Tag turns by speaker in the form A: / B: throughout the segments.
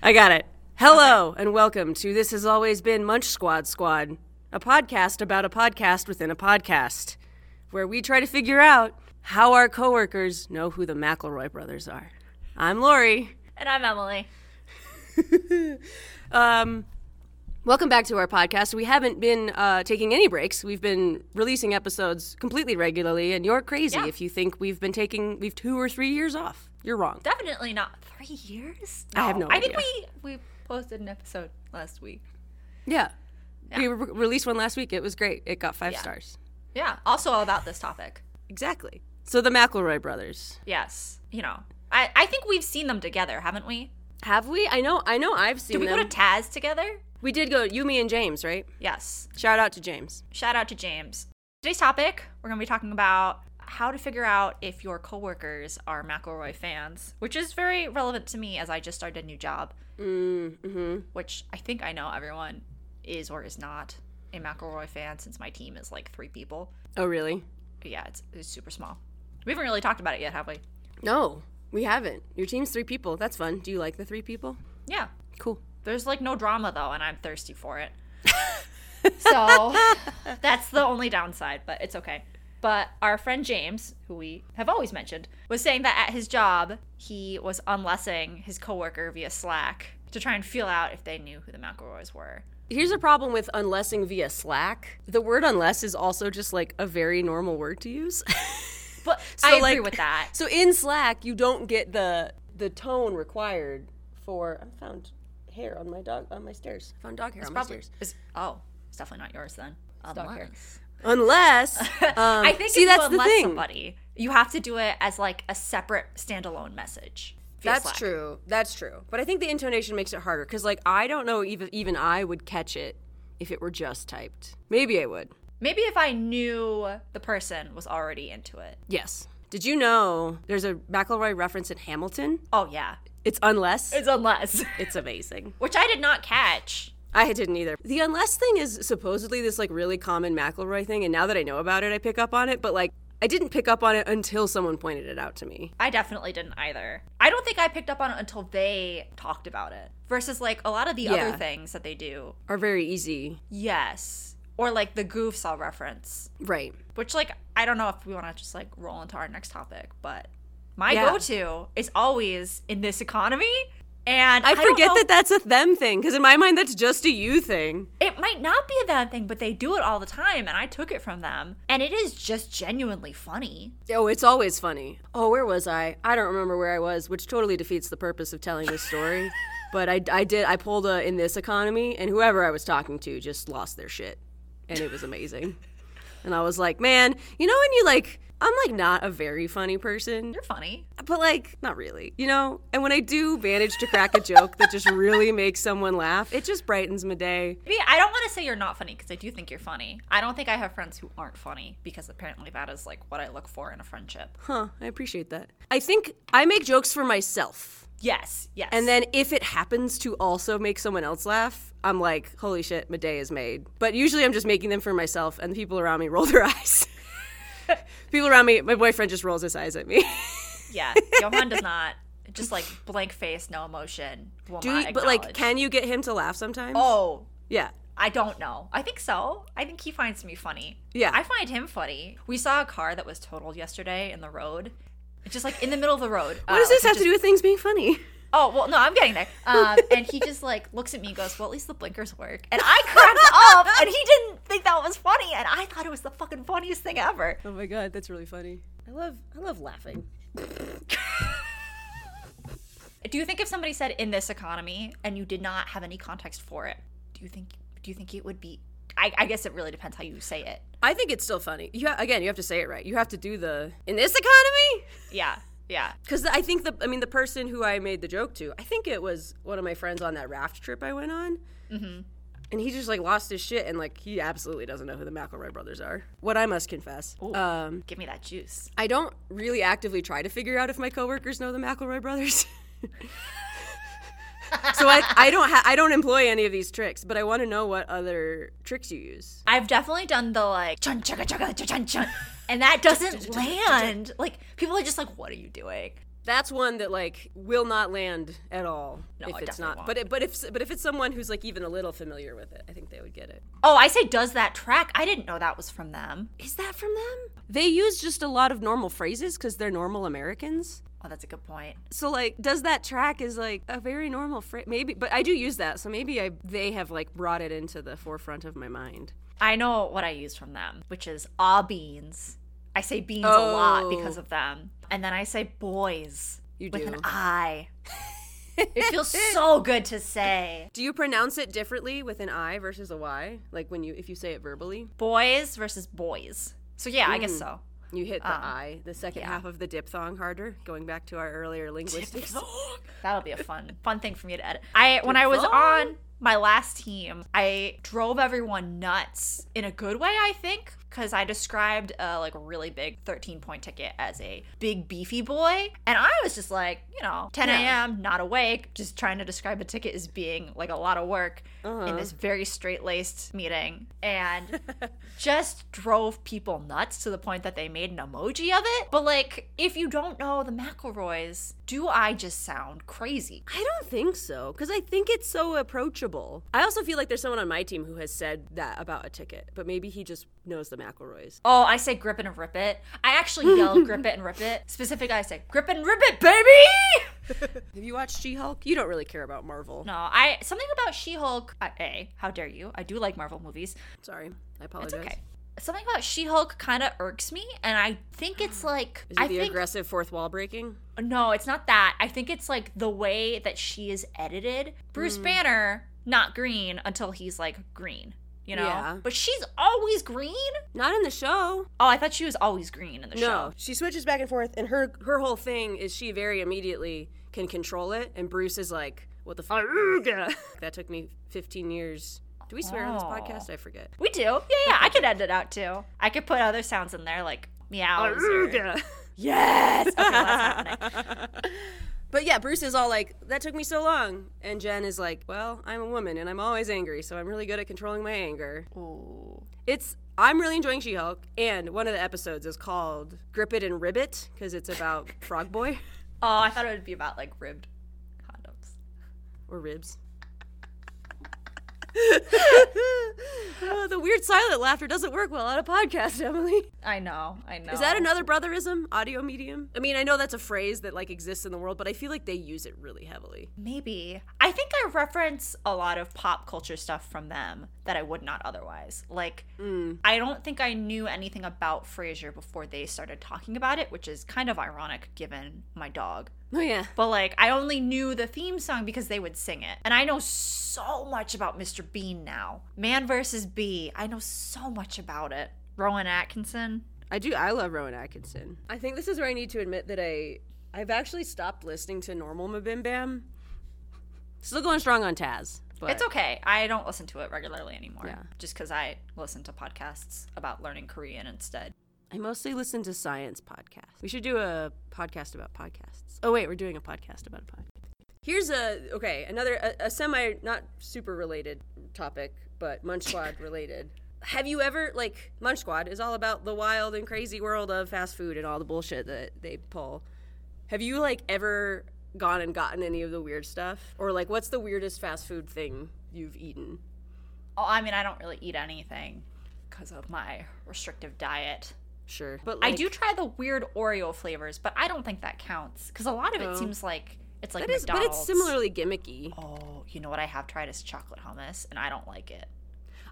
A: I got it. Hello and welcome to This Has Always Been Munch Squad Squad, a podcast about a podcast within a podcast, where we try to figure out how our coworkers know who the McElroy brothers are. I'm Lori.
B: And I'm Emily.
A: Welcome back to our podcast. We haven't been uh, taking any breaks. We've been releasing episodes completely regularly, and you're crazy
B: Yeah.
A: if you think we've been taking we've two or three years off. You're wrong.
B: Definitely not three years.
A: I have no
B: I think
A: idea.
B: we we posted an episode last week.
A: Yeah, we re- released one last week. It was great. It got five
B: Yeah.
A: stars.
B: Yeah. Also all about this topic.
A: Exactly. So the McElroy brothers.
B: Yes. You know. I, I think we've seen them together, haven't we?
A: Have we? I know. I know. I've seen
B: Did we
A: them.
B: go to Taz together?
A: we did go. You, me, and James, right?
B: Yes.
A: Shout out to James.
B: Shout out to James. Today's topic, we're gonna be talking about how to figure out if your coworkers are McElroy fans, which is very relevant to me as I just started a new job,
A: Mm-hmm.
B: which I think I know everyone is or is not a McElroy fan since my team is like three people.
A: Oh, really?
B: But yeah, it's, it's super small. We haven't really talked about it yet, have we?
A: No, we haven't. Your team's three people. That's fun. Do you like the three people?
B: Yeah.
A: Cool.
B: There's like no drama though, and I'm thirsty for it. so that's the only downside, but it's okay. But our friend James, who we have always mentioned, was saying that at his job, he was unlessing his coworker via Slack to try and feel out if they knew who the McElroys were.
A: Here's a problem with unlessing via Slack. The word unless is also just like a very normal word to use.
B: But
A: So,
B: I agree
A: like-
B: with that.
A: so in Slack, you don't get the the tone required for. I found hair on my dog on my stairs. Found dog hair on my stairs.
B: Is- oh, it's definitely not yours then.
A: dog hair.
B: Unless.
A: Unless um,
B: I think
A: see
B: if
A: that's
B: you
A: the
B: unless
A: thing.
B: somebody, you have to do it as like a separate standalone message. via
A: That's
B: Slack.
A: true. That's true. But I think the intonation makes it harder because, like, I don't know even even I would catch it if it were just typed. Maybe I would.
B: Maybe if I knew the person was already into it.
A: Yes. Did you know there's a McElroy reference in Hamilton?
B: Oh yeah,
A: It's unless.
B: it's unless,
A: It's amazing.
B: which I did not catch.
A: I didn't either. The unless thing is supposedly this like really common McElroy thing, and now that I know about it, I pick up on it. But like, I didn't pick up on it until someone pointed it out to me.
B: I definitely didn't either. I don't think I picked up on it until they talked about it. Versus like a lot of the
A: Yeah.
B: other things that they do.
A: Are very easy.
B: Yes, or like the goofs I'll reference.
A: Right.
B: Which like I don't know if we want to just like roll into our next topic, but my
A: Yeah.
B: go-to is always in this economy. And
A: I,
B: I don't
A: forget
B: know-
A: that that's a them thing because in my mind that's just a you thing.
B: it might not be a bad thing, but they do it all the time, and I took it from them. And it is just genuinely funny.
A: Oh, it's always funny. Oh, where was I? I don't remember where I was, which totally defeats the purpose of telling this story. but I, I did, I pulled a in this economy, and whoever I was talking to just lost their shit. And it was amazing. and I was like, man, you know, when you like, I'm like not a very funny person,
B: You're funny.
A: but like, not really, you know? And when I do manage to crack a joke that just really makes someone laugh, it just brightens my day.
B: Maybe I don't want to say you're not funny because I do think you're funny. I don't think I have friends who aren't funny because apparently that is like what I look for in a friendship.
A: Huh, I appreciate that. I think I make jokes for myself.
B: Yes, yes.
A: And then if it happens to also make someone else laugh, I'm like, holy shit, my day is made. But usually I'm just making them for myself, and the people around me roll their eyes. people around me, my boyfriend just rolls his eyes at me.
B: yeah, Johan does not just like blank face, no emotion. Will
A: Do
B: not
A: you, but like,
B: acknowledge.
A: can you get him to laugh sometimes?
B: oh.
A: yeah.
B: I don't know. I think so. I think he finds me funny.
A: Yeah.
B: I find him funny. We saw a car that was totaled yesterday in the road. Just like in the middle of the road. Uh,
A: What does this have to do with things being funny?
B: Oh well, no, I'm getting there. Um, and he just like looks at me and goes, "Well, at least the blinkers work." And I cracked up, and he didn't think that was funny, and I thought it was the fucking funniest thing ever.
A: Oh my god, that's really funny. I love, I love laughing.
B: Do you think if somebody said in this economy and you did not have any context for it, do you think do you think it would be? I, I guess it really depends how you say it.
A: I think it's still funny. You ha- again, you have to say it right. You have to do the in this economy.
B: Yeah, yeah.
A: Because I think the, I mean, the person who I made the joke to, I think it was one of my friends on that raft trip I went on.
B: Mm-hmm.
A: And he just like lost his shit and like he absolutely doesn't know who the McElroy brothers are. What I must confess. Um,
B: Give me that juice.
A: I don't really actively try to figure out if my coworkers know the McElroy brothers. so I, I don't ha- I don't employ any of these tricks, but I want to know what other tricks you use.
B: I've definitely done the like chun chugga chugga chun chun, and that doesn't land. Like people are just like, "What are you doing?"
A: That's one that like will not land at all
B: No,
A: if
B: it
A: it's
B: definitely
A: not.
B: won't.
A: But it, but if but if it's someone who's like even a little familiar with it, I think they would get it.
B: Oh, I say, does that track? I didn't know that was from them.
A: Is that from them? They use just a lot of normal phrases because they're normal Americans.
B: Oh, that's a good point.
A: So like, does that track is like a very normal phrase? Maybe, but I do use that, so maybe I they have like brought it into the forefront of my mind.
B: I know what I use from them, which is ah beans. I say beans a
A: Oh.
B: lot because of them. And then I say boys
A: You
B: with
A: do.
B: an I. it feels so good to say.
A: Do you pronounce it differently with an I versus a Y? Like when you if you say it verbally,
B: Boys versus boys. So yeah, I guess
A: Mm.
B: so.
A: you hit the I, the second half of the diphthong harder. Going back to our earlier linguistics.
B: That'll be a fun fun thing for me to edit. I when I was on my last team, I drove everyone nuts in a good way, I think, because I described a like really big 13 point ticket as a big beefy boy, and I was just like, you know, 10 a.m.
A: Yeah.
B: not awake, just trying to describe a ticket as being like a lot of work in this very straight laced meeting, and just drove people nuts to the point that they made an emoji of it. But like, if you don't know the McElroys, do I just sound crazy?
A: I don't think so, because I think it's so approachable. I also feel like there's someone on my team who has said that about a ticket, but maybe he just knows the McElroys.
B: Oh, I say grip it and rip it. I actually yell grip it and rip it. Specifically, I say grip and rip it, baby.
A: Have you watched She Hulk? You don't really care about Marvel.
B: No, I something about She-Hulk. I, a, how dare you? I do like Marvel movies.
A: Sorry, I apologize.
B: It's okay. Something about She-Hulk kind of irks me, and I think it's like
A: Is it
B: I
A: the
B: think
A: aggressive fourth wall breaking?
B: No, it's not that. I think it's like the way that she is edited.
A: Mm.
B: Bruce Banner, not green until he's like green, you know?
A: Yeah.
B: But she's always green?
A: Not in the show.
B: Oh, I thought she was always green in the
A: No,
B: show.
A: she switches back and forth, and her her whole thing is she very immediately can control it, and Bruce is like, "What the fuck?" that took me 15 years. Do we swear on this
B: Oh.
A: podcast? I forget.
B: We do. Yeah, yeah. I could edit it out too. I could put other sounds in there like
A: Oh,
B: meows. Or... Yes. Okay, well, that's not happening.
A: But yeah, Bruce is all like, "That took me so long," and Jen is like, "Well, I'm a woman, and I'm always angry, so I'm really good at controlling my anger."
B: Ooh.
A: It's I'm really enjoying She-Hulk, and one of the episodes is called "Grip It and Ribbit" because it's about Frog Boy
B: Oh, I thought it would be about like ribbed condoms.
A: or ribs. Oh, the weird silent laughter doesn't work well on a podcast, Emily.
B: I know. I know.
A: Is that another brotherism? Audio medium? I mean, I know that's a phrase that like exists in the world, but I feel like they use it really heavily.
B: Maybe. I think I reference a lot of pop culture stuff from them that I would not otherwise. Like, I don't think I knew anything about Frasier before they started talking about it, which is kind of ironic given my dog.
A: Oh yeah.
B: But, like, I only knew the theme song because they would sing it. And I know so much about Mr. Bean now. Man versus Bee. I know so much about it. Rowan Atkinson.
A: I do. I love Rowan Atkinson. I think this is where I need to admit that I I've actually stopped listening to normal Mabim Bam. Still going strong on Taz, but
B: It's okay. I don't listen to it regularly anymore.
A: Yeah.
B: Just because I listen to podcasts about learning Korean instead.
A: I mostly listen to science podcasts. We should do a podcast about podcasts. Oh wait, we're doing a podcast about a podcast. Here's a okay another a, a semi not super related topic, but Munch Squad related. Have you ever like Munch Squad is all about the wild and crazy world of fast food and all the bullshit that they pull. Have you like ever gone and gotten any of the weird stuff, or like what's the weirdest fast food thing you've eaten?
B: Oh, I mean, I don't really eat anything because of my restrictive diet.
A: Sure, but
B: I do try the weird Oreo flavors, but I don't think that counts because a lot of it seems like it's like
A: It Oh. is, but
B: McDonald's.
A: it's similarly gimmicky.
B: Oh, you know what I have tried is chocolate hummus, and I don't like it.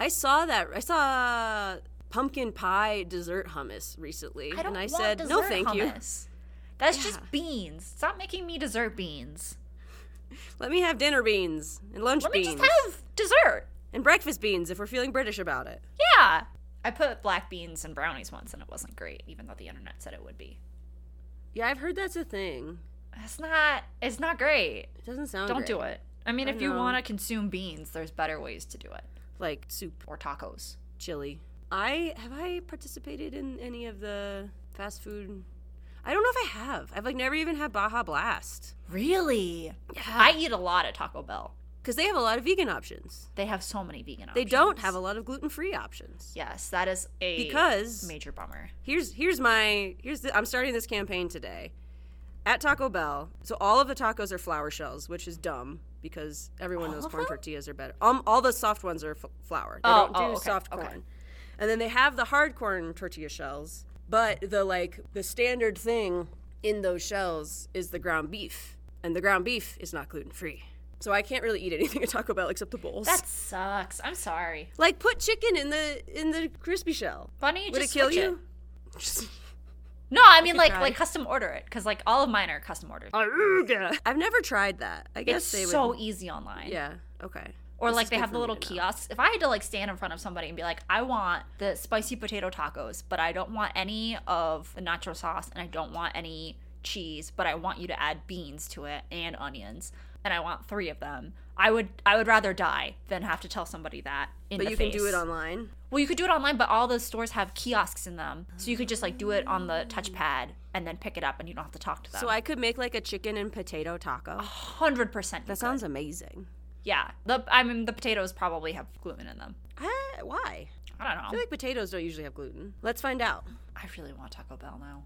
A: I saw that. I saw pumpkin pie dessert hummus recently,
B: I don't.
A: and I
B: want
A: said, "No,
B: dessert
A: thank you.
B: hummus. That's
A: Yeah.
B: just beans. Stop making me dessert beans.
A: Let me have dinner beans and lunch
B: Let
A: beans
B: me just have dessert.
A: and breakfast beans if we're feeling British about it."
B: Yeah. I put black beans and brownies once, and it wasn't great, even though the internet said it would be.
A: Yeah, I've heard that's a thing.
B: It's not. It's not great.
A: It doesn't sound.
B: Don't do
A: great.
B: it. I mean,
A: I
B: if you
A: know.
B: want to consume beans, there's better ways to do it,
A: Like soup,
B: or tacos.
A: chili. I have I participated in any of the fast food. I don't know if I have. I've like never even had Baja Blast
B: Really?
A: because
B: I eat a lot at Taco Bell.
A: they have a lot of vegan options.
B: They have so many vegan options.
A: They don't have a lot of gluten free options.
B: Yes, that is a
A: Because
B: major bummer.
A: here's here's my here's the, I'm starting this campaign today. at Taco Bell, so all of the tacos are flour shells, which is dumb because everyone knows
B: of
A: corn
B: them?
A: tortillas are better. Um, all the soft ones are f- flour. They
B: Oh,
A: don't do
B: oh, okay,
A: soft
B: okay.
A: corn. And then they have the hard corn tortilla shells, but the like the standard thing in those shells is the ground beef, and the ground beef is not gluten free. So I can't really eat anything at Taco Bell except the bowls.
B: That sucks. I'm sorry.
A: like put chicken in the in the crispy shell.
B: Why don't you
A: Would it
B: just
A: kill
B: switch
A: you?
B: No, I mean like
A: try.
B: like custom order it because like all of mine are custom ordered.
A: Aruga. I've never tried that. I guess
B: It's
A: they would.
B: so easy online.
A: yeah. Okay.
B: Or
A: This
B: like
A: is
B: they
A: good
B: have
A: for
B: the
A: me
B: little
A: to know.
B: kiosks. If I had to like stand in front of somebody and be like, I want the spicy potato tacos, but I don't want any of the nacho sauce and I don't want any cheese, but I want you to add beans to it and onions, and I want three of them. I would I would rather die than have to tell somebody that in
A: But
B: the
A: you can do
B: face.
A: it online.
B: Well, you could do it online, but all those stores have kiosks in them, so you could just like do it on the touchpad and then pick it up, and you don't have to talk to them.
A: So I could make like a chicken and potato taco.
B: hundred percent.
A: that sounds amazing.
B: yeah. The I mean the potatoes probably have gluten in them.
A: Uh, why?
B: I don't know.
A: I feel like potatoes don't usually have gluten. Let's find out.
B: I really want Taco Bell now.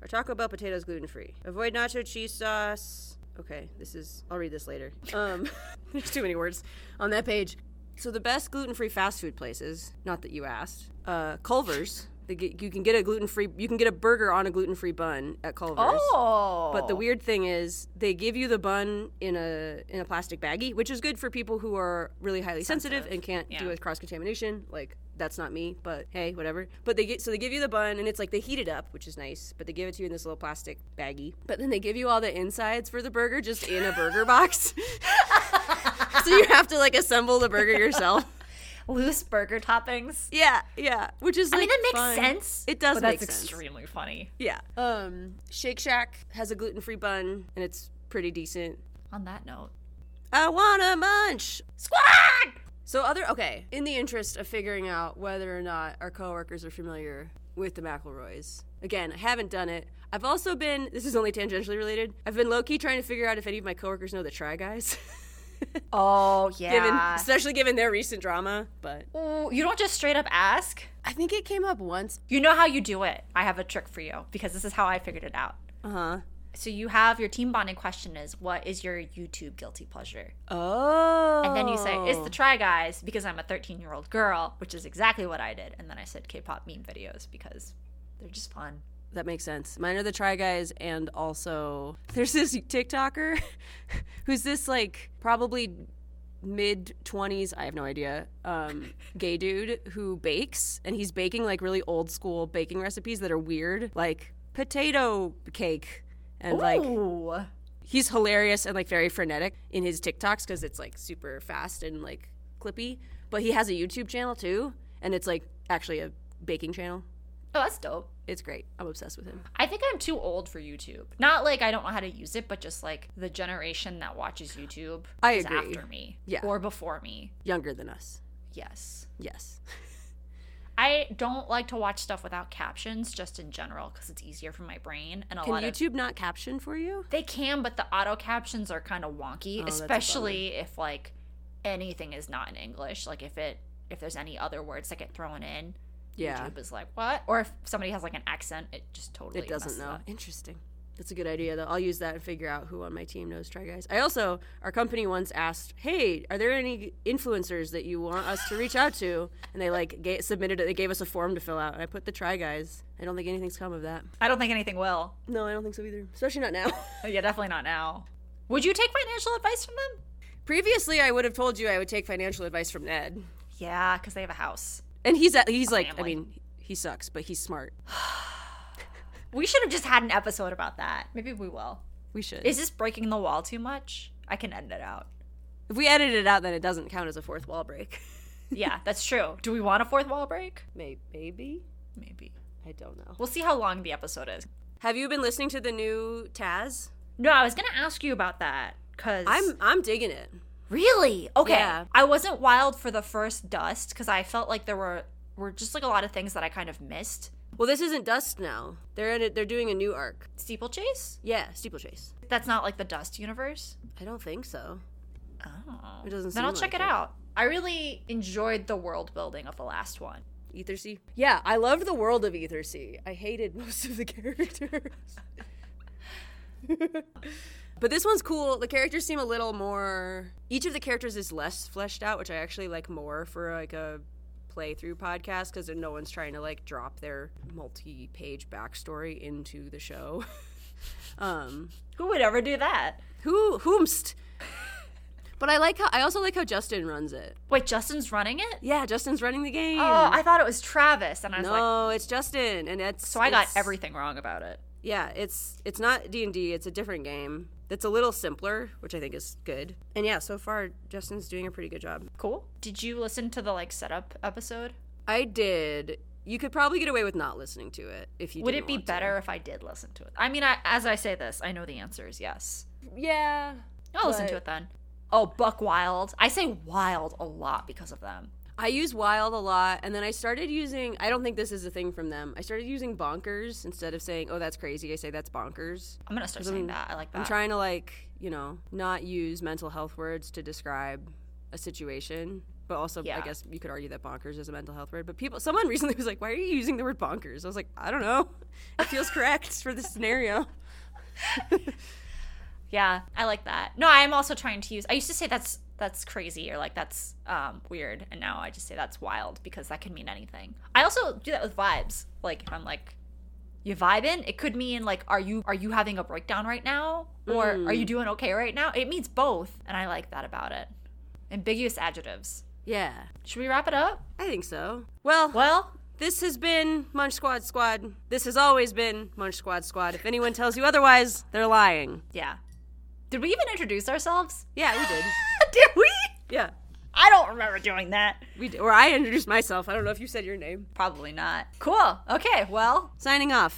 A: Are Taco Bell potatoes gluten free? Avoid nacho cheese sauce. Okay, this is. I'll read this later. Um, there's too many words on that page. So the best gluten free fast food places. Not that you asked. Uh, Culver's. They get, you can get a gluten free. You can get a burger on a gluten free bun at Culver's.
B: Oh,
A: But the weird thing is, they give you the bun in a in a plastic baggie, which is good for people who are really highly sensitive,
B: Sensitive.
A: and can't
B: Yeah.
A: deal with cross contamination. Like that's not me, but hey, whatever. But they get so they give you the bun, and it's like they heat it up, which is nice. But they give it to you in this little plastic baggie. But then they give you all the insides for the burger just in a burger box, so you have to like assemble the burger yourself.
B: loose burger toppings.
A: yeah, yeah, which is
B: I mean
A: like,
B: that makes
A: fun.
B: sense.
A: It does
B: but
A: make
B: that's
A: sense.
B: extremely funny.
A: Yeah. Um, Shake Shack has a gluten free bun, and it's pretty decent.
B: On that note,
A: I wanna munch.
B: squad.
A: So other okay, in the interest of figuring out whether or not our coworkers are familiar with the McElroys. Again, I haven't done it. I've also been this is only tangentially related. I've been low key trying to figure out if any of my coworkers know the Try Guys.
B: Oh
A: given
B: yeah.
A: especially given their recent drama, but
B: Ooh, you don't just straight up ask.
A: I think it came up once.
B: You know how you do it. I have a trick for you because this is how I figured it out.
A: Uh-huh.
B: So you have your team bonding question is what is your YouTube guilty pleasure?
A: Oh.
B: And then you say, It's the Try Guys because I'm a 13 year old girl, which is exactly what I did. And then I said K pop meme videos because they're just fun.
A: That makes sense. Mine are the Try Guys, and also there's this TikToker who's this like probably mid 20s, I have no idea, um, gay dude who bakes, and he's baking like really old school baking recipes that are weird, like potato cake. And like
B: Ooh.
A: he's hilarious and like very frenetic in his TikToks because it's like super fast and like clippy. But he has a YouTube channel too, and it's like actually a baking channel.
B: Oh, that's dope.
A: It's great. I'm obsessed with him.
B: I think I'm too old for YouTube. Not like I don't know how to use it, but just like the generation that watches YouTube
A: I
B: is
A: agree.
B: after me
A: Yeah.
B: or before me.
A: Younger than us.
B: Yes.
A: Yes.
B: I don't like to watch stuff without captions just in general because it's easier for my brain and a
A: Can
B: lot of
A: YouTube not caption for you?
B: they can, but the auto captions are kind of wonky,
A: Oh, that's a
B: especially if like anything is not in English. Like if it if there's any other words that get thrown in,
A: Yeah.
B: YouTube is like what? Or if somebody has like an accent, it just totally
A: It doesn't
B: messes
A: know.
B: up.
A: Interesting. That's a good idea, though. I'll use that and figure out who on my team knows Try Guys. I also, our company once asked, "Hey, are there any influencers that you want us to reach out to?" And they like ga- submitted it. They gave us a form to fill out, and I put the Try Guys. I don't think anything's come of that.
B: I don't think anything will.
A: No, I don't think so either. Especially not now.
B: Oh, Yeah, definitely not now. Would you take financial advice from them?
A: Previously, I would have told you I would take financial advice from Ned,
B: Yeah, because they have a house.
A: and he's at, he's like, I
B: family.
A: mean, he sucks, but he's smart.
B: We should have just had an episode about that. Maybe we will.
A: We should.
B: Is this breaking the wall too much? I can end it out.
A: if we edit it out, then it doesn't count as a fourth wall break.
B: Yeah, that's true. Do we want a fourth wall break?
A: May- Maybe.
B: Maybe.
A: I don't know.
B: We'll see how long the episode is.
A: Have you been listening to the new Taz?
B: No, I was gonna ask you about that because
A: I'm I'm digging it.
B: really okay.
A: Yeah.
B: I wasn't wild for the first dust because I felt like there were were just like a lot of things that I kind of missed.
A: Well, this isn't Dust now. They're in it. They're doing a new arc.
B: Steeplechase?
A: Yeah, Steeplechase.
B: That's not like the Dust universe.
A: I don't think so.
B: Oh,
A: It doesn't
B: Then I'll
A: seem
B: check
A: like
B: it
A: it.
B: out. I really enjoyed the world building of the last one.
A: Ethersea. Yeah, I loved the world of Ethersea. I hated most of the characters. But this one's cool. The characters seem a little more. Each of the characters is less fleshed out, which I actually like more for like a playthrough podcast because no one's trying to like drop their multi-page backstory into the show. um,
B: Who would ever do that?
A: who whomst? but I like how I also like how Justin runs it.
B: Wait, Justin's running it?
A: Yeah, Justin's running the game.
B: Oh, I thought it was Travis, and I was like,
A: no, it's Justin, and it's
B: so I got
A: it's-
B: everything wrong about it.
A: Yeah, it's it's not D and D. It's a different game that's a little simpler, which I think is good. And yeah, so far Justin's doing a pretty good job.
B: Cool. Did you listen to the like setup episode?
A: I did. You could probably get away with not listening to it if you.
B: Would
A: didn't
B: it be
A: want to.
B: better if I did listen to it? I mean, I, as I say this, I know the answer is yes.
A: Yeah.
B: I'll listen to
A: But-
B: it then. Oh, Buck Wild. I say Wild a lot because of them.
A: I use wild a lot, and then I started using. I don't think this is a thing from them. I started using bonkers instead of saying, "Oh, that's crazy." I say that's bonkers.
B: I'm gonna start
A: I'm-
B: saying that. I like that.
A: I'm trying to like you know not use mental health words to describe a situation. But also, I
B: Yeah.
A: guess you could argue that bonkers is a mental health word. But people, someone recently was like, "Why are you using the word bonkers?" I was like, "I don't know. It feels correct for this scenario."
B: Yeah, I like that. No, I am also trying to use. I used to say that's that's crazy or like that's um, weird, and now I just say that's wild because that can mean anything. I also do that with vibes. Like if I'm like, you vibing, it could mean like, are you are you having a breakdown right now, or are you doing okay right now? It means both, and I like that about it. Ambiguous adjectives.
A: Yeah,
B: Should we wrap it up?
A: I think so. Well,
B: Well,
A: This has been Munch Squad Squad. This has always been Munch Squad Squad. If anyone tells you otherwise, they're lying.
B: yeah. Did we even introduce ourselves?
A: Yeah, we did.
B: Did we?
A: Yeah,
B: I don't remember doing that.
A: we did. Or I introduced myself. I don't know if you said your name.
B: Probably not. Cool. Okay. Well,
A: Signing off.